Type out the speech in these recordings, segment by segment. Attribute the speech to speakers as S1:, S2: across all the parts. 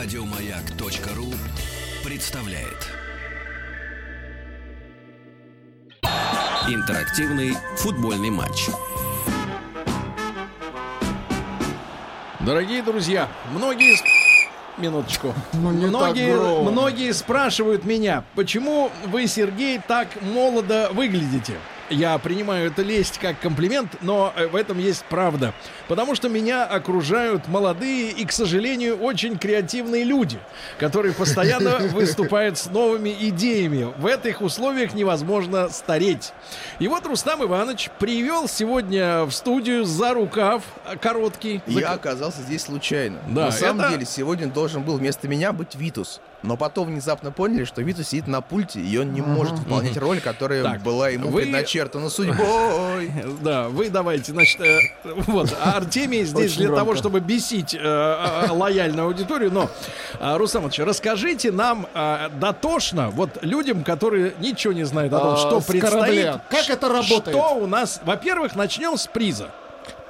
S1: Радиомаяк.ру представляет. Интерактивный футбольный матч.
S2: Дорогие друзья, многие... с- Минуточку.
S3: Ну, не так
S2: многие,
S3: громко.
S2: многие спрашивают меня, почему вы, Сергей, так молодо выглядите? Я принимаю это лесть как комплимент, но э, в этом есть правда. Потому что меня окружают молодые и, к сожалению, очень креативные люди, которые постоянно выступают с новыми идеями. В этих условиях невозможно стареть. И вот Рустам Иванович привел сегодня в студию за рукав э, короткий. за
S3: Я оказался здесь случайно.
S2: Да,
S3: На самом
S2: это-
S3: деле, сегодня должен был вместо меня быть Витус. Но потом внезапно поняли, что Витус сидит на пульте, и он не может выполнять роль, которая
S2: Так,
S3: была ему
S2: вы-
S3: предначертана судьбой.
S2: Да, вы давайте, значит, э, вот, а Артемий здесь для того, чтобы бесить э, э, лояльную аудиторию, но, э, Рустам Ильич, расскажите нам э, дотошно, вот людям, которые ничего не знают о том,
S4: А,
S2: что
S4: с
S2: предстоит,
S4: корабля. Как это работает?
S2: что у нас, во-первых, начнем с приза.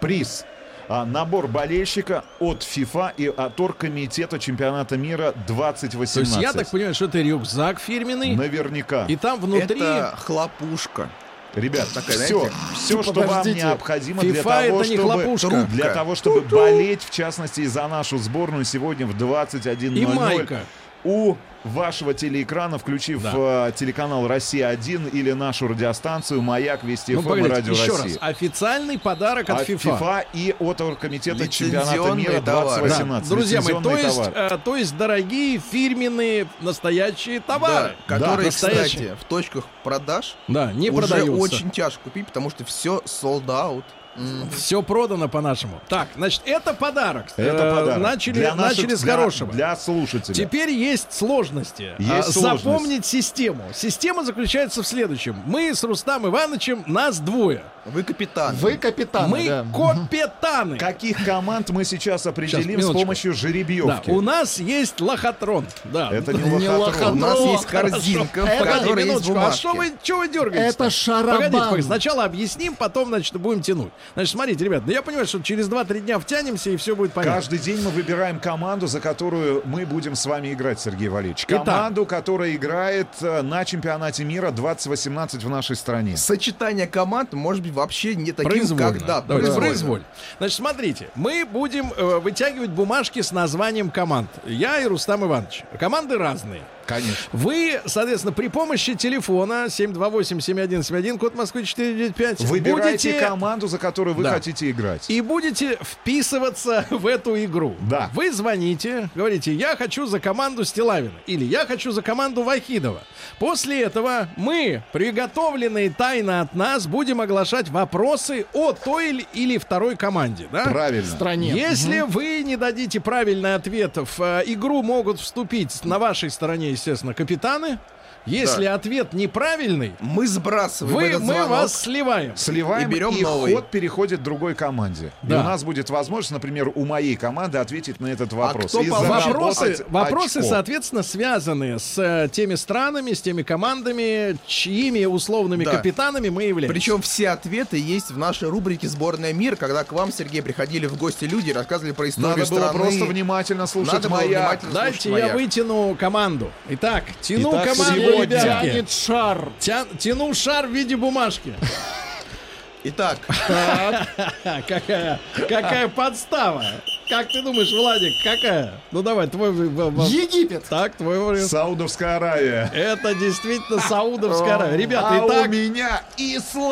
S4: Приз. А, Набор болельщика от ФИФА и от Оргкомитета чемпионата мира
S2: То
S4: 2018.
S2: есть я так понимаю, что это рюкзак фирменный,
S4: Ну, Наверняка.
S2: и там внутри...
S3: Это хлопушка.
S4: Ребят,
S3: Такая,
S4: все,
S3: знаете,
S4: все, что вам
S2: типа, подождите.
S4: необходимо для
S2: FIFA
S4: того,
S2: это не
S4: чтобы,
S2: хлопушка.
S4: для того, чтобы болеть, в частности, и за нашу сборную сегодня в 21.00.
S2: И майка.
S4: У вашего телеэкрана, включив э, телеканал «Россия-1» или нашу радиостанцию «Маяк», «Вести
S2: Ну,
S4: ФМ» и
S2: погодите,
S4: «Радио
S2: еще
S4: России».
S2: раз, официальный подарок от,
S4: от FIFA и от Оргкомитета чемпионата
S3: Лицензионный
S4: мира
S3: товар.
S2: Да,
S4: 2018.
S2: Друзья мои, то
S4: Лицензионный
S2: есть,
S4: товар.
S2: э, то есть дорогие фирменные настоящие товары.
S3: Да, которые,
S2: настоящие.
S3: кстати, в точках продаж
S2: Да, не
S3: уже
S2: продаются.
S3: очень тяжко купить, потому что все sold out. М.
S2: Все продано по-нашему. Так, значит, это подарок.
S4: Это
S2: Э,
S4: подарок.
S2: Начали,
S4: Для наших-
S2: начали с
S4: для-
S2: хорошего.
S4: Для слушателей.
S2: Теперь есть сложности.
S4: Есть
S2: А,
S4: сложность.
S2: Запомнить систему. Система заключается в следующем. Мы с Рустам Ивановичем, нас двое.
S3: Вы капитан.
S5: Вы капитан,
S2: Мы
S5: да.
S2: капитаны.
S4: Каких команд мы сейчас определим с
S2: минуточку.
S4: помощью
S2: Да,
S4: жеребьевки?
S2: у нас есть лохотрон. Да.
S4: Это
S2: Ну,
S4: не
S5: Не
S3: У
S4: лохотрон.
S5: лохотрон.
S3: нас
S5: Ну,
S3: есть
S5: хорошо.
S3: корзинка, в
S5: Это-
S2: Погоди,
S3: которой есть
S2: минуточку, а что
S3: бумажки.
S2: вы, что вы дергаетесь?
S5: Это шарабан.
S2: Погодите, погодите, сначала объясним, потом, значит, будем тянуть. Значит, смотрите, ребят, ну я понимаю, что через 2-3 дня втянемся, и все будет понятно.
S4: Каждый день мы выбираем команду, за которую мы будем с вами играть, Сергей Валерьевич.
S2: Итак.
S4: Команду, которая играет э, на чемпионате мира 2018 в нашей стране.
S3: Сочетание команд может быть вообще не таким,
S2: Произвольно.
S3: как да,
S2: Давайте,
S3: произвольно.
S2: произвольно. Значит, смотрите, мы будем э, вытягивать бумажки с названием команд. Я и Рустам Иванович. Команды разные.
S4: Конечно.
S2: Вы, соответственно, при помощи телефона 728-7171, код Москвы 495,
S4: Выбирайте
S2: будете
S4: команду, за которую вы
S2: Да.
S4: хотите играть.
S2: И будете вписываться в эту игру.
S4: Да.
S2: Вы звоните, говорите, я хочу за команду Стилавина или я хочу за команду Вахидова. После этого мы, приготовленные тайно от нас, будем оглашать вопросы о той или- или второй команде. Да?
S4: Правильно.
S5: Стране.
S2: Если вы не дадите правильный ответ, в э, игру могут вступить на вашей стороне, естественно, капитаны. Если ответ неправильный,
S3: Мы сбрасываем
S2: вы,
S3: этот
S2: мы
S3: звонок.
S2: вас сливаем.
S4: Сливаем,
S3: И
S4: и,
S3: берем новый.
S4: ход переходит другой команде.
S2: Да.
S4: И у нас будет возможность, например, у моей команды ответить на этот вопрос.
S3: А кто
S4: И
S3: по-
S4: заработать
S2: Вопросы, вопросы
S4: очко.
S2: соответственно, связаны с э, теми странами, с теми командами, чьими условными
S3: Да.
S2: капитанами мы являемся.
S3: Причем все ответы есть в нашей рубрике «Сборная мир», когда к вам, Сергей, приходили в гости люди и рассказывали про историю
S4: Надо было
S3: страны.
S4: просто внимательно слушать
S3: Надо было
S4: моя.
S3: внимательно
S2: Дайте
S3: слушать
S2: я
S3: «Маяк».
S2: вытяну команду. Итак, тяну
S4: Итак,
S2: команду, ребятки.
S4: сегодня-
S5: Тянет шар.
S2: Тя- тяну шар в виде бумажки.
S3: Итак,
S2: Ха, какая, какая подстава. Как ты думаешь, Владик, какая? Ну давай, твой... в- в- в-
S5: Египет.
S2: Так, твой вариант.
S4: Саудовская Аравия.
S2: Это действительно Саудовская Аравия. Ребята,
S4: а у
S2: итак...
S4: меня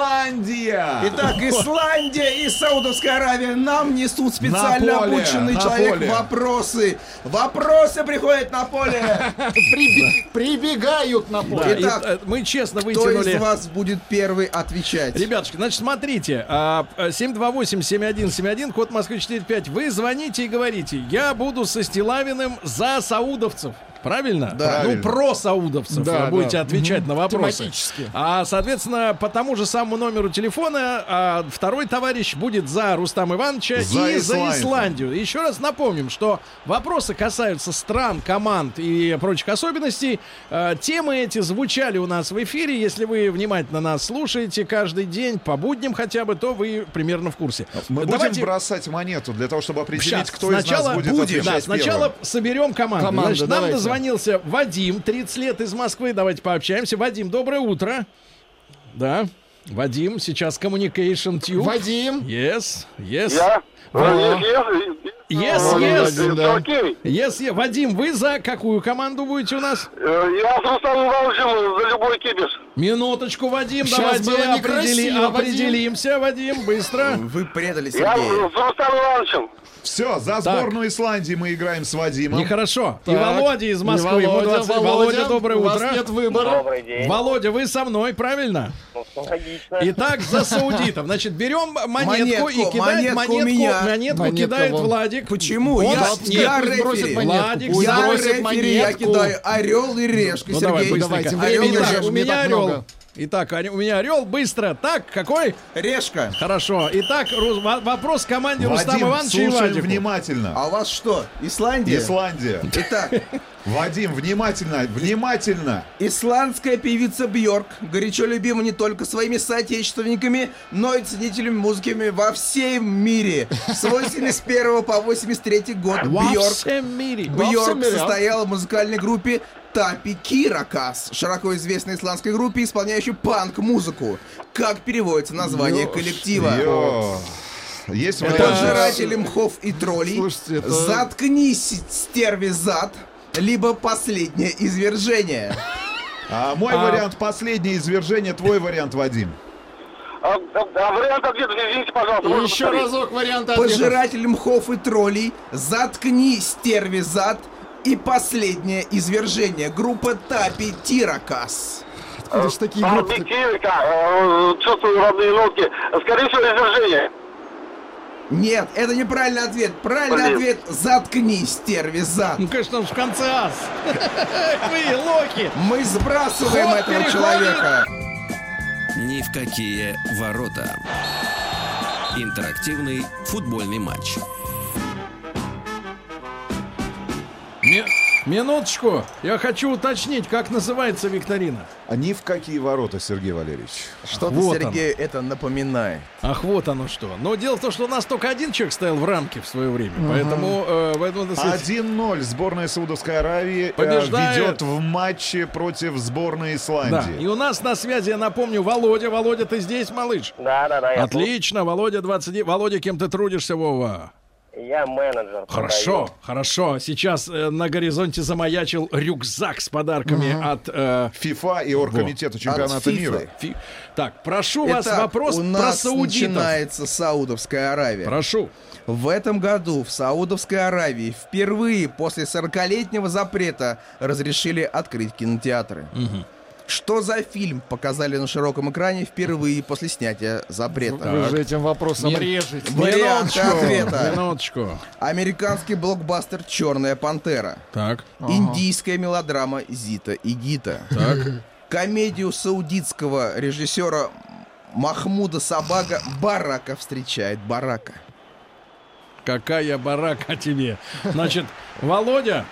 S4: Исландия.
S6: Итак, Исландия и Саудовская Аравия нам несут специально
S4: На поле,
S6: обученный
S4: на
S6: человек
S4: поле.
S6: вопросы. Вопросы приходят на поле.
S5: Приби- Прибегают на
S2: Да,
S5: поле.
S2: и,
S3: Итак,
S2: э, мы честно
S3: кто
S2: вытянули...
S3: из вас будет первый отвечать?
S2: Ребятушки, значит, смотрите, а, а, 728-7171, код Москвы 45. Вы звоните и говорите, я буду со Стилавиным за саудовцев. Правильно?
S3: Да.
S2: Ну, про саудовцев
S5: Да,
S2: вы будете
S5: да.
S2: отвечать на вопросы.
S5: Тематически.
S2: А, соответственно, по тому же самому номеру телефона а, второй товарищ будет за Рустам Ивановича
S4: За
S2: и за
S4: Исландию.
S2: Исландию. Еще раз напомним, что вопросы касаются стран, команд и прочих особенностей. Э, Темы эти звучали у нас в эфире. Если вы внимательно нас слушаете каждый день, по будням хотя бы, то вы примерно в курсе.
S4: Мы
S2: Давайте-
S4: будем бросать монету для того, чтобы определить,
S2: Щас,
S4: кто
S2: сначала
S4: из нас будет
S2: будем.
S4: отвечать
S2: Да, сначала
S4: первым.
S2: соберем команду.
S5: Команды,
S2: Значит, нам
S5: давайте.
S2: дозвонился Вадим, 30 лет из Москвы. Давайте пообщаемся. Вадим, доброе утро. Да, Вадим, сейчас Communication Tube.
S5: Вадим.
S2: Yes, yes.
S7: Я?
S2: Да.
S7: Yes,
S2: Yes,
S7: Э,
S2: yes,
S7: it's
S5: да.
S7: okay.
S2: Yes, yes. Вадим, вы за какую команду будете у нас?
S7: Э, Я с Рустамом Ивановичем за любой кипиш.
S2: Минуточку, Вадим,
S5: Щас
S2: давайте
S5: было
S2: определи-
S5: некрасиво, Вадим. Ну,
S2: определимся, Вадим, быстро.
S3: Вы предали
S7: Я с
S3: Сергея.
S7: Рустамом Ивановичем.
S4: Все, за
S2: Так.
S4: сборную Исландии мы играем с Вадимом.
S2: Нехорошо. И
S5: ну, Так.
S2: Володя из Москвы. ему 20. Володя, доброе
S5: у вас
S2: утро.
S5: нет выбора.
S8: Добрый день.
S2: Володя, вы со мной, правильно?
S8: Логично.
S2: Итак, за саудитов. Значит, берем монетку,
S3: Монетку,
S2: и кидает
S3: монетку у
S2: монетку.
S3: меня.
S2: Монетку,
S5: Монетка
S2: кидает
S5: вон.
S2: Владик.
S3: Почему?
S2: Он
S3: Я-
S2: нет,
S3: я
S5: Пусть бросит
S3: рефери.
S5: монетку.
S2: Владик,
S5: Пусть
S3: Я
S5: бросит
S3: рефери, я
S5: монетку.
S3: кидаю орел и решка,
S2: Ну давай,
S3: Сергей.
S2: быстренько.
S5: Давайте,
S3: Орел и
S5: времени
S2: Итак,
S5: уже
S2: у
S3: решка.
S5: не
S2: меня
S5: так
S2: орел.
S5: много.
S2: Итак, Аня, у меня орел, быстро. Так, какой?
S3: Решка.
S2: Хорошо. Итак, Ру- во- вопрос команде Рустам
S4: Вадим,
S2: Ивановича и
S4: слушаем
S2: Владику.
S4: внимательно.
S3: А у вас что, Исландия?
S4: Исландия.
S3: Итак,
S4: Вадим, внимательно, внимательно.
S3: исландская певица Бьорк горячо любима не только своими соотечественниками, но и ценителями музыки во всем мире. С 81 по 83 год
S2: Во
S3: Бьорк
S2: всем мире.
S5: Во всем
S3: Бьорк
S5: мире, а?
S3: состояла в музыкальной группе Тапи Киракас, широко известной исландской группе, исполняющей панк-музыку. Как переводится название коллектива?
S4: Йо. Есть варианты.
S3: Пожиратели мхов и троллей.
S5: Слушайте, это-
S3: Заткнись, стерви зад, либо последнее извержение.
S4: А мой вариант последнее извержение, твой вариант, Вадим.
S7: А, а- а вариант ответа мне извините, пожалуйста. можно
S5: Еще
S7: повторить?
S5: разок варианты ответа.
S3: Пожиратель мхов и троллей, заткни, стерви зад и последнее извержение. Группа Тапи Тиракас.
S5: Откуда ж такие группы?
S7: Арбитивика, э, чувствую родные нотки. Скорее всего, извержение.
S3: Нет, это неправильный ответ. Правильный
S7: Блин.
S3: ответ заткни, стерви зад.
S2: Ну, конечно, он в конце ас. Вы, лохи.
S3: Мы сбрасываем
S2: Ход
S3: этого
S2: переходит.
S3: человека.
S1: Ни в какие ворота. Интерактивный футбольный матч.
S2: Ми- Минуточку. Я хочу уточнить, как называется викторина.
S4: А Ни в какие ворота, Сергей Валерьевич.
S3: Что
S2: Вот
S3: ты, Сергей, это напоминает.
S2: Ах, вот оно что. Но дело в том, что у нас только один человек стоял в рамке в свое время. Поэтому, э, поэтому, так сказать,
S4: 1-0 сборная Саудовской Аравии э,
S2: Побеждает.
S4: ведет в матче против сборной
S2: Да.
S4: Исландии.
S2: И у нас на связи, я напомню, Володя. Володя, ты здесь, малыш?
S8: Да, да, да. Я,
S2: Отлично, Володя 20. Володя, кем ты трудишься, Вова?
S8: я менеджер.
S2: Хорошо, хорошо. Сейчас э, на горизонте замаячил рюкзак с подарками от... э,
S4: ФИФА и Оргкомитета
S3: От
S4: чемпионата
S3: FIFA.
S4: мира.
S2: фи- Так, прошу вас
S3: Итак,
S2: вопрос
S3: у
S2: про
S3: нас
S2: саудитов.
S3: начинается Саудовская Аравия.
S2: Прошу.
S3: В этом году в Саудовской Аравии впервые после 40-летнего запрета разрешили открыть кинотеатры. Что за фильм показали на широком экране впервые после снятия запрета?
S5: Вы же этим вопросом
S2: Нет.
S5: режете.
S3: Варианты ответа.
S2: Минуточку.
S3: Американский блокбастер «Черная пантера».
S2: Так,
S3: Индийская мелодрама «Зита и Гита». Комедию саудитского режиссера Махмуда Сабага «Барака встречает Барака».
S2: какая барака тебе. Значит, Володя...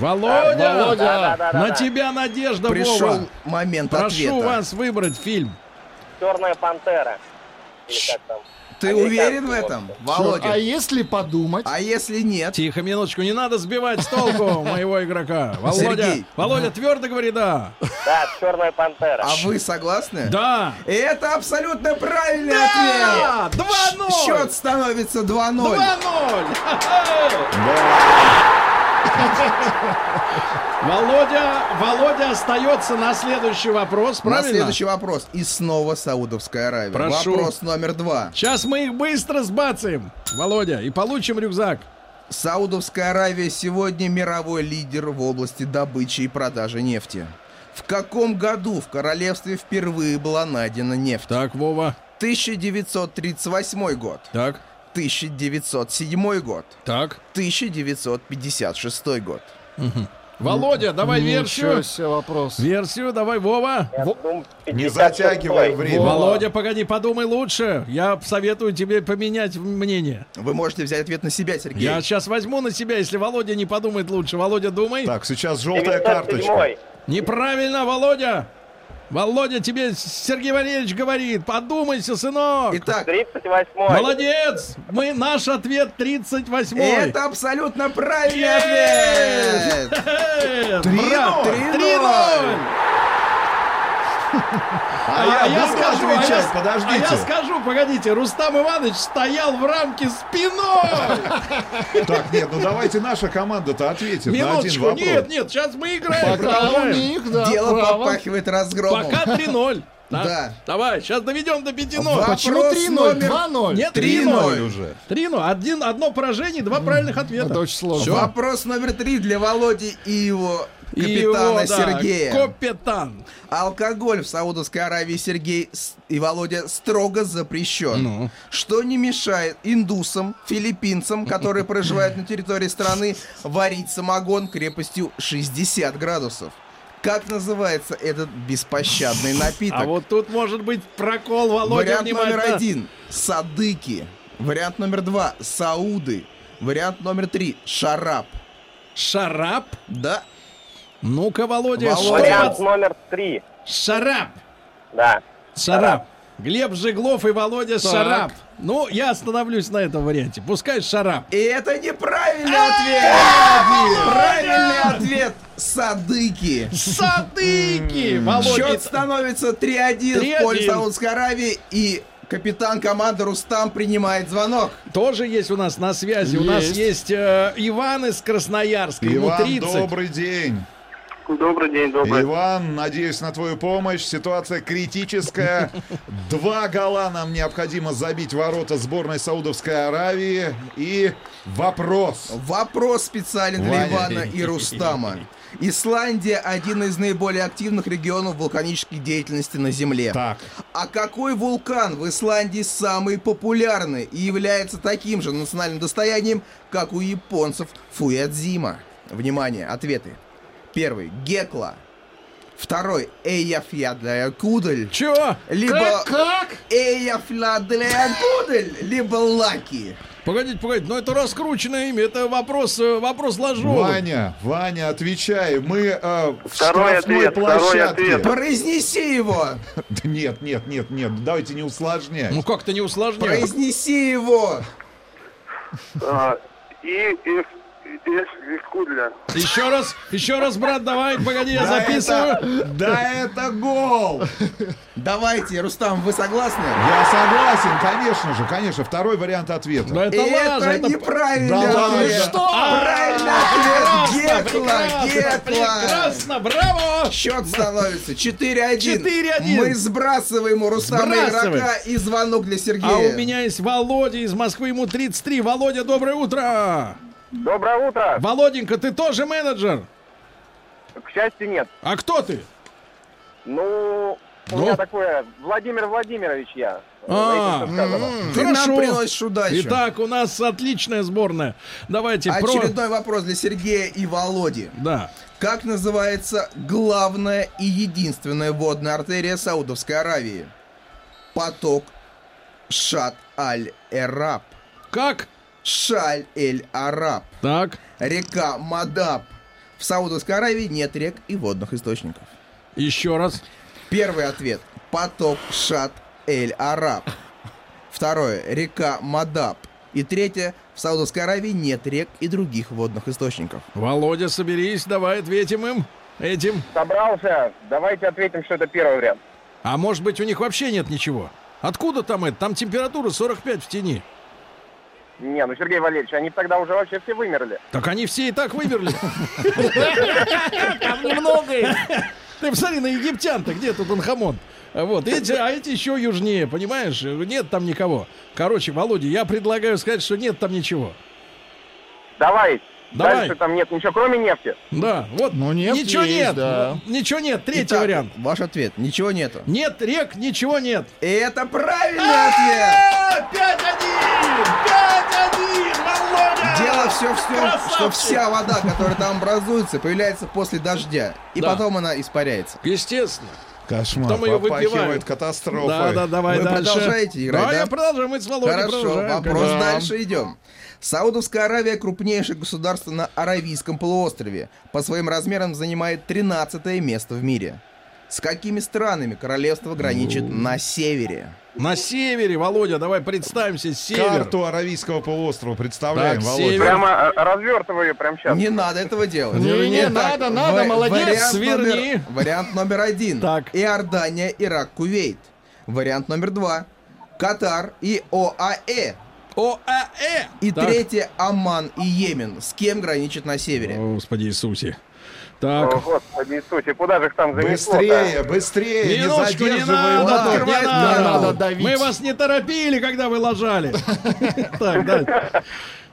S2: Володя!
S5: Э, Володя,
S2: На тебя надежда, Вова.
S3: Пришел момент
S2: Прошу
S3: ответа.
S2: вас выбрать фильм.
S8: Черная пантера. Или как там?
S2: А
S3: Ты уверен в этом, Володя?
S5: а если подумать?
S3: А если нет?
S2: Тихо, минуточку, не надо сбивать с толку моего игрока. Володя,
S3: Сергей.
S2: Володя твердо говорит да.
S8: Да, черная пантера.
S3: А вы согласны?
S2: Да.
S3: Это абсолютно правильный
S2: Да!
S3: ответ!
S2: 2-0!
S3: Щ- Счет становится 2-0.
S2: 2-0. Володя, Володя остается на следующий вопрос,
S3: На
S2: правильно?
S3: следующий вопрос. И снова Саудовская Аравия.
S2: Прошу.
S3: Вопрос номер два.
S2: Сейчас мы их быстро сбацаем, Володя, и получим рюкзак.
S3: Саудовская Аравия сегодня мировой лидер в области добычи и продажи нефти. В каком году в королевстве впервые была найдена нефть?
S2: Так, Вова,
S3: 1938 год,
S2: так,
S3: 1907 год,
S2: так.
S3: 1956 год.
S2: Володя, давай
S5: Ничего
S2: версию.
S5: себе вопрос.
S2: Версию давай, Вова.
S8: Я
S5: Во-
S8: думаю,
S4: Не
S8: 56-й.
S4: затягивай время.
S2: Володя, погоди, подумай лучше. Я советую тебе поменять мнение.
S3: Вы можете взять ответ на себя, Сергей.
S2: Я сейчас возьму на себя, если Володя не подумает лучше. Володя, думай.
S4: Так, сейчас желтая карточка.
S8: 57-й.
S2: Неправильно, Володя. Володя, тебе Сергей Валерьевич говорит, подумайся, сынок.
S3: Итак,
S8: 38-й.
S2: Молодец! Мы, наш ответ 38-й.
S3: это абсолютно правильный
S2: Yes!
S3: ответ!
S2: Э,
S3: Брат,
S2: брат,
S3: 3-0.
S2: 3-0.
S4: А, я, буду
S2: а я
S4: отвечать,
S2: с-
S4: подождите.
S2: А я скажу, погодите, Рустам Иванович стоял в рамке спиной.
S4: Так, нет, ну давайте наша команда-то ответит на ну, один
S2: Минуточку.
S4: вопрос.
S2: Нет, нет, сейчас мы играем.
S5: Пока у
S2: Продолжаем.
S5: них, да,
S3: Дело
S5: право.
S3: попахивает разгромом.
S2: Пока 3-0.
S3: Да.
S2: Давай, сейчас доведем до 5-0.
S3: Два.
S5: Почему
S3: Вопрос
S5: 3-0?
S3: номер-
S5: 2-0?
S2: Нет,
S3: 3-0
S2: 3-0.
S3: уже.
S2: 3-0. Один, одно поражение, два правильных ответа.
S5: Это очень сложно.
S3: Вопрос номер три для Володи и его
S2: И его,
S3: капитана
S2: да,
S3: Сергея.
S2: Капитан.
S3: Алкоголь в Саудовской Аравии Сергей с- и Володя строго запрещен. Что не мешает индусам, филиппинцам, которые проживают на территории страны, варить самогон крепостью 60 градусов. Как называется этот беспощадный напиток?
S2: А вот тут может быть прокол, Володя,
S3: Вариант
S2: внимательно.
S3: номер один – садыки. Вариант номер два – сауды. Вариант номер три – шарап.
S2: Шарап.
S3: Да,
S2: Ну-ка, Володя,
S3: Володя.
S2: что
S8: Вариант номер 3.
S2: от- Шарап.
S8: Да.
S2: Шарап. Глеб Жеглов и Володя Шарап. Ну, я остановлюсь на этом варианте. Пускай Шарап.
S3: И это неправильный ответ! Правильный ответ Садыки!
S2: Садыки! Володя.
S3: Счет становится 3-1
S2: 3:1.
S3: в пользу Саудовской Аравии и капитан команды Рустам принимает звонок.
S2: Тоже есть у нас на связи. У нас
S5: Есть.
S2: есть э, Иван из Красноярска.
S4: Иван,
S2: ему 30.
S4: добрый день.
S7: Добрый день, добрый.
S4: Иван, надеюсь на твою помощь. Ситуация критическая. Два гола нам необходимо забить в ворота сборной Саудовской Аравии. И вопрос.
S3: Вопрос специален для
S4: Ваня.
S3: Ивана и Рустама. Исландия – один из наиболее активных регионов вулканической деятельности на Земле.
S4: Так,
S3: А какой вулкан в Исландии самый популярный и является таким же национальным достоянием, как у японцев Фуядзима? Внимание, ответы. Первый – Гекла. Второй – Эйяфьядляякудль.
S2: Чего? Э,
S3: Либо
S5: Как? Как?
S3: Эйяфьядляякудль, либо Лаки.
S2: Погодите, погодите, но это раскрученное имя, это вопрос, э, вопрос ложовый.
S4: Ваня, Ваня, отвечай. Мы э, в
S7: Второй
S4: штрафной
S7: ответ, второй
S4: площадке.
S7: ответ.
S3: Произнеси его!
S4: Да Нет, нет, нет, нет. Давайте не усложнять.
S2: Ну как-то не усложняй.
S3: Произнеси его!
S7: А, И и- и- и Кудля.
S2: Еще раз, еще раз, брат, давай, погоди, я
S4: Да
S2: записываю.
S4: это- да это гол!
S3: Давайте, Рустам, вы согласны?
S4: Я согласен, конечно же, конечно. Второй вариант ответа.
S2: Да это лажа,
S3: это
S2: это
S3: неправильный
S4: Да ладно,
S3: ответ.
S5: Что?
S3: Правильный ответ! Гекла! Гекла!
S2: А, Прекрасно, браво!
S3: Счет становится 4-1.
S2: 4:1.
S3: Мы сбрасываем у Рустама
S2: Сбрасываем.
S3: игрока и звонок для Сергея.
S2: А у меня есть Володя из Москвы, ему 33. Володя, доброе утро!
S8: Доброе утро.
S2: Володенька, ты тоже менеджер?
S8: К счастью, нет.
S2: А кто ты?
S8: Ну, у
S2: Ну.
S8: меня такое... Владимир Владимирович я.
S2: А,
S8: Этим, что сказано.
S3: Ты
S2: Хорошо.
S3: нам приносишь удачу.
S2: Итак, у нас отличная сборная. Давайте
S3: А
S2: про...
S3: Очередной вопрос для Сергея и Володи.
S2: Да.
S3: Как называется главная и единственная водная артерия Саудовской Аравии? Поток Шат-Аль-Эраб.
S2: Как?
S3: Шаль-Эль-Араб.
S2: Так.
S3: Река Мадаб. В Саудовской Аравии нет рек и водных источников.
S2: Еще раз.
S3: Первый ответ. Поток Шат Эль Араб. Второе. Река Мадаб. И третье. В Саудовской Аравии нет рек и других водных источников.
S2: Володя, соберись, давай ответим им. Этим.
S8: Собрался. Давайте ответим, что это первый вариант.
S2: А может быть, у них вообще нет ничего? Откуда там это? Там температура 45 в тени.
S8: Не, ну, Сергей Валерьевич, они тогда уже вообще все вымерли.
S2: Так они все и так вымерли. Там немного Ты посмотри на египтян-то, где тут Анхамон? Вот, эти, а эти еще южнее, понимаешь? Нет там никого. Короче, Володя, я предлагаю сказать, что нет там ничего.
S8: Давай.
S2: Давай.
S8: Дальше там нет ничего, кроме нефти.
S2: Да, вот.
S5: Ну, нефть
S2: ничего
S5: есть,
S2: нет.
S5: да.
S2: Ничего нет. Третий
S3: Итак,
S2: вариант.
S3: Ваш ответ. Ничего нету.
S2: Нет рек, ничего нет.
S3: И это
S2: А,
S3: правильный ответ!
S2: 5-1! 5-1! Володя!
S3: Дело в все, все, что вся вода, которая там образуется, появляется после дождя. И
S2: Да.
S3: потом она испаряется.
S2: Естественно.
S4: Кошмар.
S2: Там её
S4: попахивает
S2: выпивают.
S4: катастрофой.
S2: Да, да, давай
S3: Вы
S2: дальше.
S3: продолжаете играть,
S2: Да,
S3: да?
S2: я продолжаю, мы с Володей
S3: Хорошо,
S2: продолжаем,
S3: вопрос
S2: конечно.
S3: дальше идем. Саудовская Аравия крупнейшее государство на Аравийском полуострове. По своим размерам занимает 13 место в мире. С какими странами королевство граничит
S2: Ну.
S3: на севере?
S2: На севере, Володя, давай представимся, север.
S4: Карту Аравийского полуострова представляем,
S2: Так,
S4: Володя.
S2: север.
S8: Прямо э, развертываю ее прямо сейчас.
S3: Не надо этого делать.
S5: Не, не,
S3: Так,
S5: надо, надо,
S3: ва-
S5: молодец,
S3: вариант номер-
S2: сверни.
S3: вариант номер один.
S2: Так.
S3: Иордания, Ирак, Кувейт. Вариант номер два. Катар и ОАЭ.
S2: ОАЭ.
S3: И
S2: Так.
S3: третье Оман и Йемен. С кем граничит на севере?
S2: Господи Иисусе.
S8: О,
S2: Так.
S8: Господи Иисусе, куда же их там занесло
S4: Быстрее, быстрее, не
S2: Минуточку, не
S4: задерживай.
S2: надо,
S4: Да,
S2: не
S3: нет, не
S2: надо.
S5: надо давить.
S2: Мы вас не торопили, когда вы ложали. Так, да.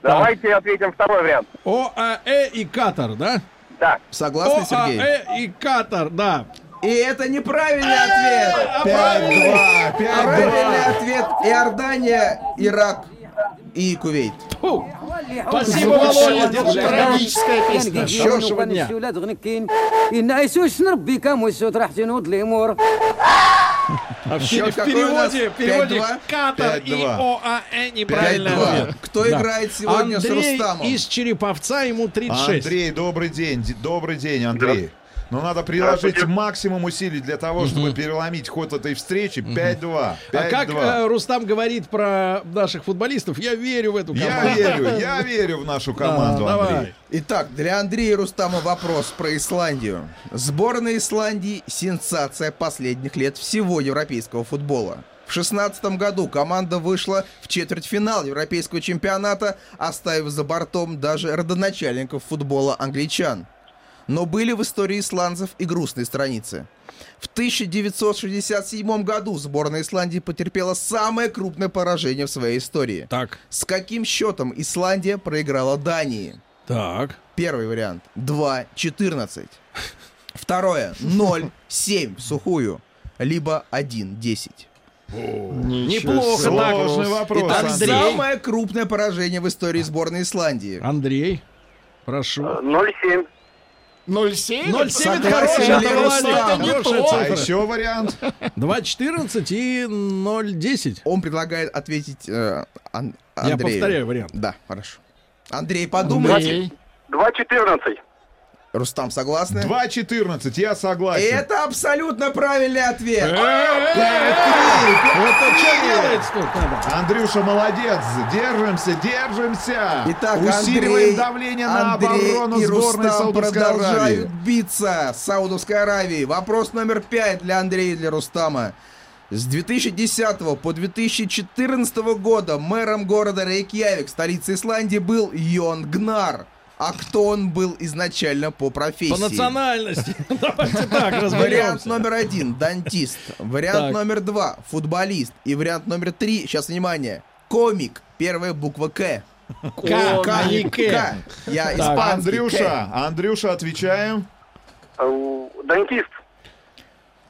S8: Давайте ответим второй вариант.
S2: ОАЭ и Катар, да?
S8: Да.
S5: А
S3: Согласны,
S5: Э.
S3: Сергей?
S2: ОАЭ и Катар, да.
S3: И это неправильный
S5: Э!
S3: ответ.
S2: А правильно?
S4: 5-2, 5-2.
S3: Правильный ответ Иордания, Ирак и Кувейт.
S2: Фу. Спасибо, Володя. держи.
S5: Трагическая песня.
S2: Хорошего дня. А в
S3: Счёт
S2: в
S3: какой у нас?
S2: переводе, в переводе
S3: 5-2?
S2: Катар и
S4: 5-2.
S2: ОАЭ неправильно.
S3: 5-2. Кто
S2: Да.
S3: играет сегодня с
S2: Андрей
S3: Рустамом?
S2: из Череповца, ему 36.
S4: Андрей, добрый день. Д- Добрый день, Андрей. Но надо приложить
S8: Здравствуйте.
S4: максимум усилий для того, чтобы переломить ход этой встречи 5-2.
S2: А как
S4: 5-2.
S2: э, Рустам говорит про наших футболистов, я верю в эту команду.
S4: Я верю, я верю в нашу команду,
S2: давай.
S4: Андрей.
S3: Итак, для Андрея Рустама вопрос про Исландию. Сборная Исландии – сенсация последних лет всего европейского футбола. В 2016 году команда вышла в четвертьфинал европейского чемпионата, оставив за бортом даже родоначальников футбола англичан. Но были в истории исландцев и грустные страницы. В 1967 году сборная Исландии потерпела самое крупное поражение в своей истории.
S2: Так,
S3: С каким счетом Исландия проиграла Дании?
S2: так.
S3: Первый вариант 2.14. Второе 0.7 в сухую. Либо 1.10.
S2: Неплохо так.
S4: Сложный вопрос,
S2: Итак,
S4: Андрей.
S2: Андрей.
S3: Самое крупное поражение в истории сборной Исландии.
S2: Андрей, прошу.
S8: 0,7.
S5: 0,7?
S2: 0,7 это
S3: Согласен
S2: хорошая,
S3: ли
S2: это
S3: Рустам?
S2: ладно,
S5: Это не
S2: хорошая
S5: то.
S4: А
S2: цифра.
S4: еще вариант.
S2: 2.14 и 0.10.
S3: Он предлагает ответить э, Ан-
S2: Я
S3: Андрею.
S2: повторяю вариант.
S3: Да, хорошо. Андрей, подумайте.
S5: Андрей.
S8: 2,14.
S3: Рустам, согласны?
S4: 2.14, я согласен.
S3: Это абсолютно правильный ответ.
S2: Это что делается тут надо?
S4: Андрюша, молодец. Держимся, держимся.
S3: Итак,
S4: Усиливаем
S3: Андрей,
S4: давление на
S3: А Андрей
S4: оборону
S3: и
S4: сборной
S3: Рустам
S4: Саудовской
S3: продолжают
S4: Аравии.
S3: биться с Саудовской Аравией. Вопрос номер пять для Андрея и для Рустама. С 2010 по 2014 года мэром города Рейкьявик, столицы Исландии, был Йон Гнар. А кто он был изначально по профессии?
S2: По национальности. Давайте так
S3: Вариант
S2: разберемся.
S3: номер один – дантист. Вариант
S2: Так.
S3: номер два – футболист. И вариант номер три, сейчас внимание, комик. Первая буква «К».
S2: К, а не К.
S3: К. Я испанский. «К».
S4: Андрюша, Андрюша, отвечаем.
S8: Э, Дантист.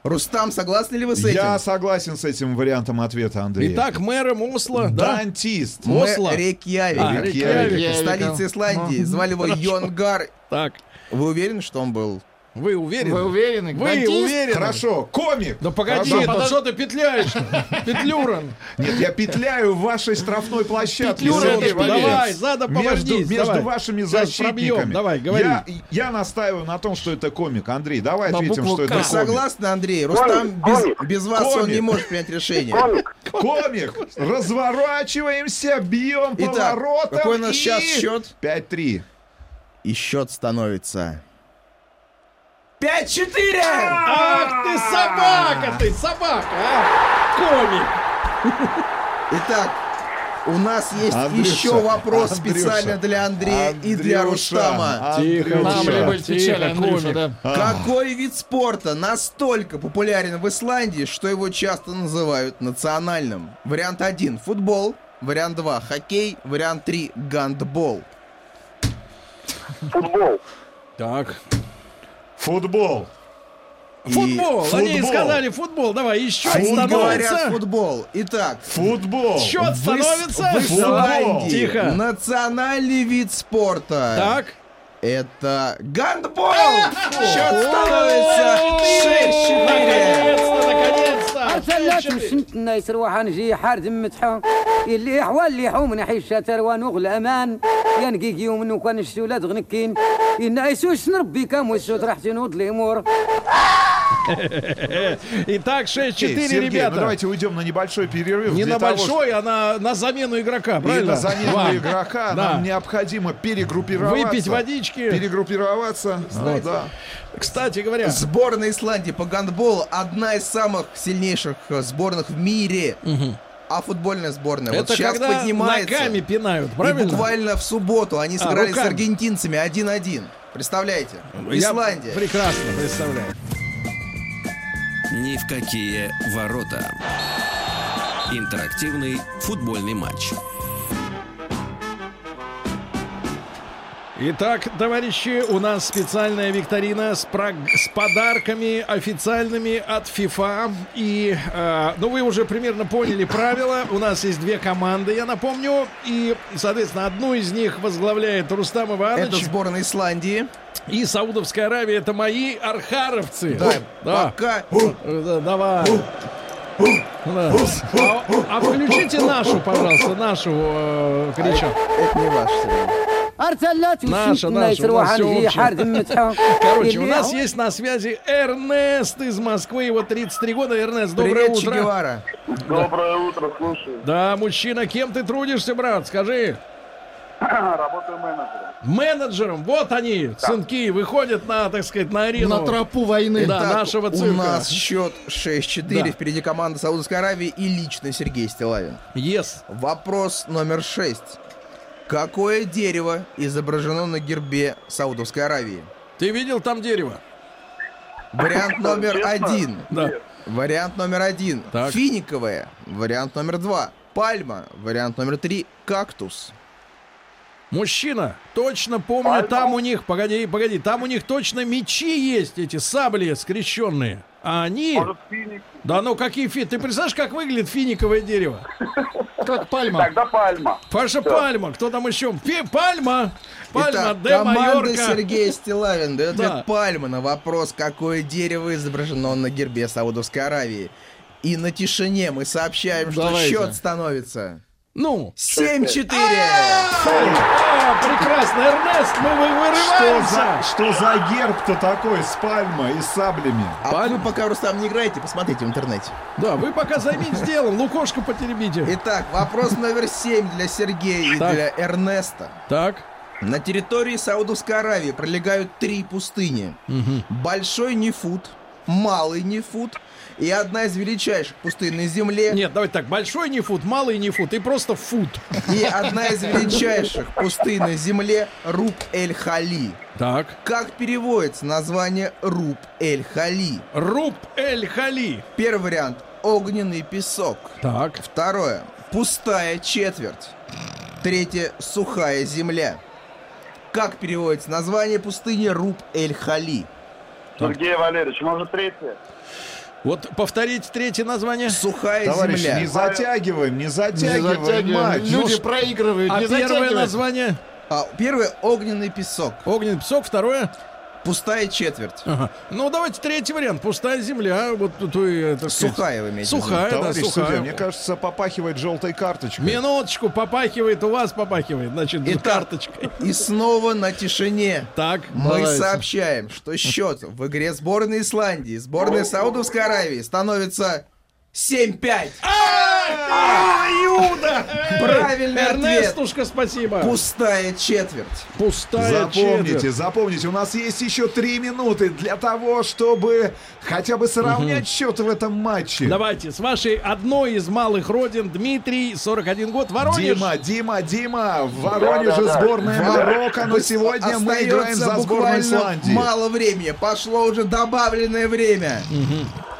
S3: Рустам, согласны ли вы с этим?
S4: Я согласен с этим вариантом ответа, Андрей.
S2: Итак, мэром Осло, да?
S4: Дантист.
S3: Мы
S2: Осло.
S3: Рейкьявик.
S2: А,
S4: Рейкьявик.
S5: Рейкьявик.
S3: Столица Исландии.
S4: Ну,
S3: Звали его Йонгар.
S2: Так,
S3: Вы уверены, что он был?
S2: вы уверены?
S5: Вы уверены?
S2: Вы
S5: Дантист?
S2: уверены?
S4: Хорошо, комик.
S2: Да погоди,
S4: Хорошо.
S2: да что ты петляешь? Петлюран.
S4: Нет, я петляю в вашей штрафной площадке.
S2: Петлюра,
S4: Сергей
S2: это
S4: Валерьевич.
S2: давай, задом
S4: между,
S2: повождись,
S4: между
S2: давай.
S4: вашими
S2: Сейчас
S4: защитниками.
S2: пробьем, давай, говори.
S4: Я, я настаиваю на том, что это комик. Андрей, давай
S5: На
S4: ответим,
S5: букву
S4: что это
S5: «К».
S3: Вы
S4: комик.
S3: согласны, Андрей? Рустам, без,
S8: комик.
S3: без вас он не
S4: Комик.
S3: может принять решение.
S8: Комик.
S4: Комик. Разворачиваемся, бьем по
S3: Итак,
S4: воротам.
S3: какой у нас
S4: и-
S3: сейчас счет?
S4: 5-3.
S3: И счет становится...
S6: 5-4!
S2: Ах ты собака, ты собака, а! Комик.
S3: Итак, у нас есть
S4: Андрюша,
S3: еще вопрос
S4: Андрюша,
S3: специально для Андрея и для
S4: Андрюша,
S3: Рустама.
S4: Андрюша.
S5: Нам ли быть
S2: Тихо,
S5: печаль, Андрюша,
S2: комик.
S5: да?
S3: Какой вид спорта настолько популярен в Исландии, что его часто называют национальным? Вариант 1 – футбол. Вариант 2 – хоккей. Вариант 3 – гандбол.
S8: Футбол.
S2: Так,
S4: Футбол.
S2: Футбол! Они
S4: футбол.
S2: сказали футбол. Давай, и счет
S3: Они говорят
S2: становится.
S3: футбол. Итак,
S4: Футбол.
S2: Счет
S3: в Ис-
S2: становится.
S3: в
S2: Футбол.
S3: Исландии
S2: Тихо.
S3: национальный вид спорта.
S2: Так.
S3: Это гандбол!
S2: Счет
S3: Счет
S2: становится
S3: становится 6-4.
S2: Наконец-то, наконец-то.
S9: أرسلت مشنت الناس روح نجي حار دمتحو اللي حوال اللي حوم نحي الشاتر ونغل أمان ينقيق يوم وكان الشولاد غنكين الناس وش نربي كام وشوت راح تنوض الأمور
S2: Итак,
S4: Окей,
S2: 6-4,
S4: Сергей, ну
S2: ребята.
S4: давайте уйдем на небольшой перерыв.
S2: Не
S4: для
S2: на
S4: того, чтобы-
S2: большой, а на, на замену игрока,
S4: И
S2: правильно?
S4: на замену
S2: Вам.
S4: игрока
S2: Да.
S4: нам необходимо перегруппироваться.
S2: Выпить водички.
S4: Перегруппироваться. Ну, да.
S2: Кстати говоря,
S3: Сборная Исландии по гандболу одна из самых сильнейших э, сборных в мире. А футбольная сборная вот
S2: это
S3: сейчас
S2: когда
S3: поднимается.
S2: ногами пинают,
S3: И
S2: правильно? А,
S3: буквально в субботу они сыграли с
S2: руками.
S3: аргентинцами 1-1. Представляете?
S2: Я
S3: Исландия.
S2: прекрасно представляю.
S1: Ни в какие ворота. Интерактивный футбольный матч.
S2: Итак, товарищи, у нас специальная викторина с, прог- с подарками официальными от FIFA. И, э, ну, вы уже примерно поняли правила. У нас есть две команды, я напомню. И, соответственно, одну из них возглавляет Рустам
S3: Это
S2: Иванович.
S3: сборная Исландии.
S2: И Саудовская Аравия, это мои архаровцы.
S3: Да,
S2: Да.
S3: пока.
S2: Э, да, Давай. Да. А, а включите нашу, пожалуйста, нашу э, кричу.
S3: Это не ваш сериал.
S9: أرسلت مشنت
S2: ناشا،
S9: الناس
S2: ناشا،
S9: روح
S2: ناشا،
S9: نجي
S2: ناشا.
S9: حار دمتحو
S2: Короче, у
S9: اللي
S2: нас
S9: حوال-
S2: есть на связи Эрнест из Москвы, его 33 года. Эрнест, доброе
S3: Привет, Че
S2: утро.
S3: Гевара.
S7: Доброе утро, слушаю.
S2: Да, мужчина, кем ты трудишься, брат? Скажи.
S7: Работаю менеджером.
S2: Менеджером. Вот они, сынки, выходят на, так сказать, на арену.
S5: На тропу войны.
S2: Да,
S3: Итак,
S2: нашего
S3: У
S2: цирка.
S3: нас счет 6-4.
S2: Да.
S3: Впереди команда Саудовской Аравии и лично Сергей Стилавин.
S2: Yes.
S3: Вопрос номер 6. Какое дерево изображено на гербе Саудовской Аравии?
S2: Ты видел там дерево?
S3: Вариант номер один.
S2: Да.
S3: Вариант номер один.
S2: Так.
S3: Финиковое. Вариант номер два. Пальма. Вариант номер три. Кактус.
S2: Мужчина, точно помню, там у них, погоди, погоди, там у них точно мечи есть, эти сабли скрещенные. А они...
S8: финик?
S2: Да ну какие фи... Ты представляешь, как выглядит финиковое дерево?
S5: Как пальма.
S8: Тогда пальма.
S2: Паша Пальма, кто там еще? Фи- Пальма! Пальма,
S3: Итак,
S2: Де
S3: команда
S2: Майорка.
S3: Сергея Стилавин дает
S2: Да.
S3: ответ Пальма на вопрос, какое дерево изображено на гербе Саудовской Аравии. И на тишине мы сообщаем, что
S5: Давайте.
S3: счет становится
S2: Ну,
S3: 7-4.
S2: а, прекрасно, Эрнест, ну вы
S4: Что за,
S2: вырываемся!
S4: что за герб-то такой с пальмой и с саблями?
S3: А вы пока Рустам не играете, посмотрите в интернете.
S2: Да, вы пока займитесь делом, лукошку потеребите.
S3: Итак, вопрос номер 7 для Сергея и
S2: Так.
S3: для Эрнеста.
S2: Так,
S3: На территории Саудовской Аравии пролегают три пустыни. Большой Нефут, Малый Нефут и одна из величайших пустынь на Земле.
S2: нет, давайте так, большой не фут, малый не фут, и просто фут.
S3: И одна из величайших пустынь на Земле Руб-эль-Хали.
S2: Так,
S3: Как переводится название Руб-эль-Хали?
S2: Руб Эль Хали.
S3: Первый вариант – огненный песок.
S2: Так,
S3: Второе – пустая четверть. Третье – сухая земля. Как переводится название пустыни Руб-эль-Хали?
S7: Сергей Валерьевич, может, третье?
S2: вот повторить третье название.
S3: Сухая
S4: Товарищи,
S3: земля.
S4: не затягиваем, не
S5: Не
S4: затягиваем,
S5: затягиваем.
S4: матч.
S5: Люди
S4: Ну,
S5: проигрывают.
S2: А
S5: Не
S2: первое
S5: затягиваем.
S2: название?
S3: А, первое – огненный песок.
S2: Огненный песок, второе?
S3: Пустая четверть.
S2: Ага. Ну, давайте третий вариант. Пустая земля. Вот тут и, э, так сказать,
S3: Сухая вы имеете в виду?
S2: Сухая, Э, да, а
S4: Товарищ
S2: сухая.
S4: судья, мне кажется, попахивает желтой карточкой.
S2: Минуточку, попахивает у вас, попахивает, значит,
S3: Итак.
S2: карточкой.
S3: И снова на тишине.
S2: Так,
S3: Мы
S2: давайте.
S3: сообщаем, что счет в игре сборной Исландии, и сборной Саудовской Аравии становится 7-5.
S2: А,
S3: Правильный ответ.
S2: Эрнестушка, спасибо.
S3: Пустая четверть.
S2: Пустая
S4: Запомните,
S2: четверть.
S4: запомните, у нас есть еще три минуты для того, чтобы хотя бы сравнять счет в этом матче.
S2: Давайте, с вашей одной из малых родин, Дмитрий, 41 год, Воронеж.
S4: Дима, Дима, Дима, в Воронеже
S8: да.
S4: сборная Марокко, но сегодня мы
S3: Остается
S4: играем за сборную
S3: буквально
S4: Исландии.
S3: Мало времени. Пошло уже добавленное время.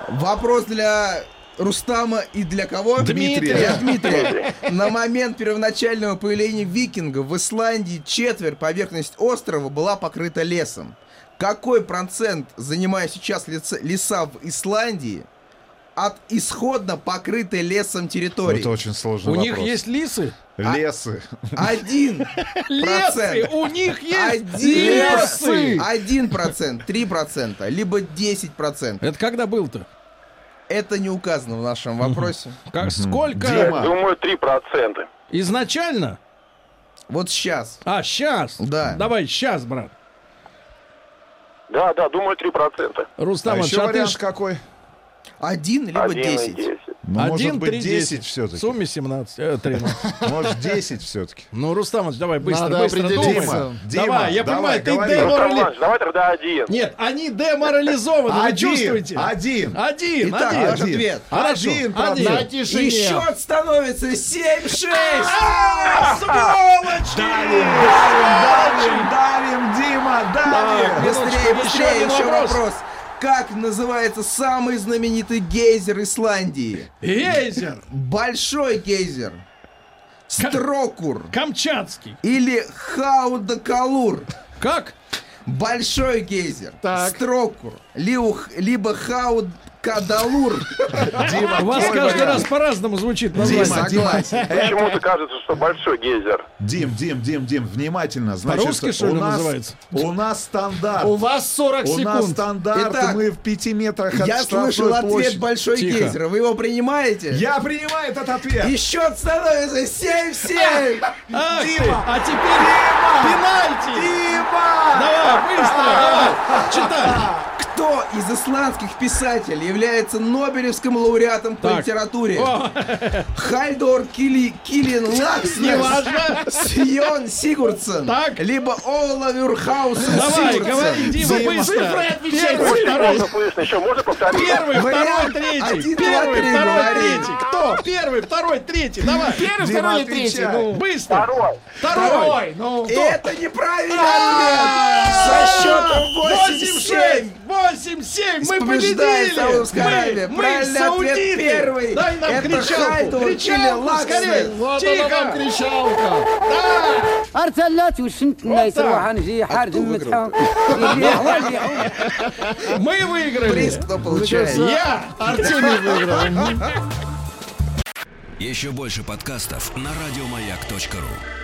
S3: Вопрос для Рустама и для кого?
S4: Дмитрия.
S3: Для Дмитрия. На момент первоначального появления викингов в Исландии четверть поверхность острова была покрыта лесом. Какой процент занимает сейчас лица- леса в Исландии от исходно покрытой лесом территории?
S4: Ну, Это очень сложный
S2: У
S4: вопрос. А
S2: них есть лисы?
S4: Лесы.
S3: Один
S2: Лесы!
S3: процент.
S2: У них есть
S3: Один
S2: лисы!
S3: Один процент, три процента, либо 10 процентов.
S2: Это когда был-то?
S3: Это не указано в нашем вопросе.
S2: Как, сколько?
S4: Дима.
S7: Думаю, 3%.
S2: Изначально?
S3: Вот сейчас.
S2: А, сейчас.
S3: Да.
S2: Давай, сейчас, брат.
S7: Да, да, думаю, 3%.
S2: Рустам,
S4: А еще вариант
S2: Антатыш,
S4: какой?
S3: Один либо
S7: 1 и
S3: 10.
S7: 10.
S4: Ну, может
S2: 1,
S4: быть,
S2: 3,
S4: 10
S2: В
S4: все-таки.
S2: сумме 17, э, 13.
S4: Может, 10 все-таки.
S2: Ну, Рустам, давай, быстро,
S5: Надо
S2: быстро
S5: определиться.
S2: думай.
S4: Дима, Дима,
S2: давай, я понимаю,
S4: давай,
S2: ты
S4: говори.
S7: Рустам
S2: деморали...
S7: Иванович, давай тогда 1.
S2: Ну, Нет, они деморализованы, вы чувствуете?
S4: Один, один.
S2: Один,
S3: Итак,
S2: один.
S3: ваш ответ.
S2: Хорошо,
S4: Один,
S2: один.
S5: На тишине.
S6: И счет становится 7-6.
S2: А!
S4: Давим, давим, Дима, давим.
S3: Быстрее,
S2: Минуточку, еще
S3: быстрее,
S2: один
S3: еще
S2: вопрос.
S3: вопрос. Как называется самый знаменитый гейзер Исландии?
S2: Гейзер,
S3: Большой гейзер. Строкур.
S2: Камчатский.
S3: Или Хаудакалур.
S2: Как?
S3: Большой гейзер. Строкур. Лиух- либо Хаудкадалур.
S4: Дима,
S2: У вас
S4: твой
S2: каждый раз
S4: вариант.
S2: по-разному звучит название.
S4: Дима, Дима,
S7: Почему-то кажется, что большой гейзер.
S4: Дим, Дим, Дим, Дим, внимательно. Значит,
S2: По-русски, что
S4: у
S2: ли,
S4: нас,
S2: называется?
S4: У нас стандарт.
S5: У вас 40
S4: У нас
S5: секунд.
S4: стандарт,
S3: Итак,
S4: мы в пяти метрах от
S3: Я
S4: штрафной
S3: слышал ответ
S4: площади.
S3: большой
S2: Тихо.
S3: гейзер. Вы его принимаете?
S4: Я принимаю этот ответ.
S3: И счет становится 7-7.
S2: Ах ты, а теперь пенальти. Давай, быстро, давай. Читай.
S3: Кто из исландских писателей является Нобелевским лауреатом по
S2: Так.
S3: литературе?
S2: О,
S3: Хальдор Кили, Килин Лакснес,
S2: неважно.
S3: Сьон Сигурдсен,
S2: Так.
S3: либо Ола Вюрхаусен
S2: Давай,
S3: Сигурдсен.
S2: говори, Дима,
S4: Дима.
S2: быстро.
S7: Очень
S2: Первый, второй,
S7: плохо слышно. Еще можно повторить?
S2: первый, второй,
S3: Вариант
S2: третий.
S3: один, два,
S2: Первый,
S3: три,
S2: второй,
S3: говори.
S2: третий. Кто? Первый, второй, третий. Давай.
S5: Первый,
S4: Дима,
S5: второй и
S4: отвечай.
S5: третий. Ну,
S2: Быстро.
S7: Второй.
S2: Второй.
S5: Второй. Ну,
S3: Это неправильный
S2: А!
S3: ответ! Со счетом 8-7!
S2: 8-7, мы
S3: Побеждает Саудовская
S2: победили!
S3: Аравия.
S2: Мы, мы
S3: Правильный ответ
S2: саудиты!
S3: первый.
S2: Дай нам
S3: Это
S2: кричалку!
S3: Хайдур или
S2: Кричалку
S3: Лакснер.
S2: скорее!
S5: вот
S2: Тихо!
S5: она вам кричалка.
S9: ارتلات وشنت الناس
S2: وطا.
S9: روح نجي حارم متحوم اللي يحوى اللي يحوم
S2: Мы выиграли!
S3: Приз кто получает?
S2: Я!
S5: Артемий выиграл.
S1: Еще больше подкастов на радиомаяк.ру.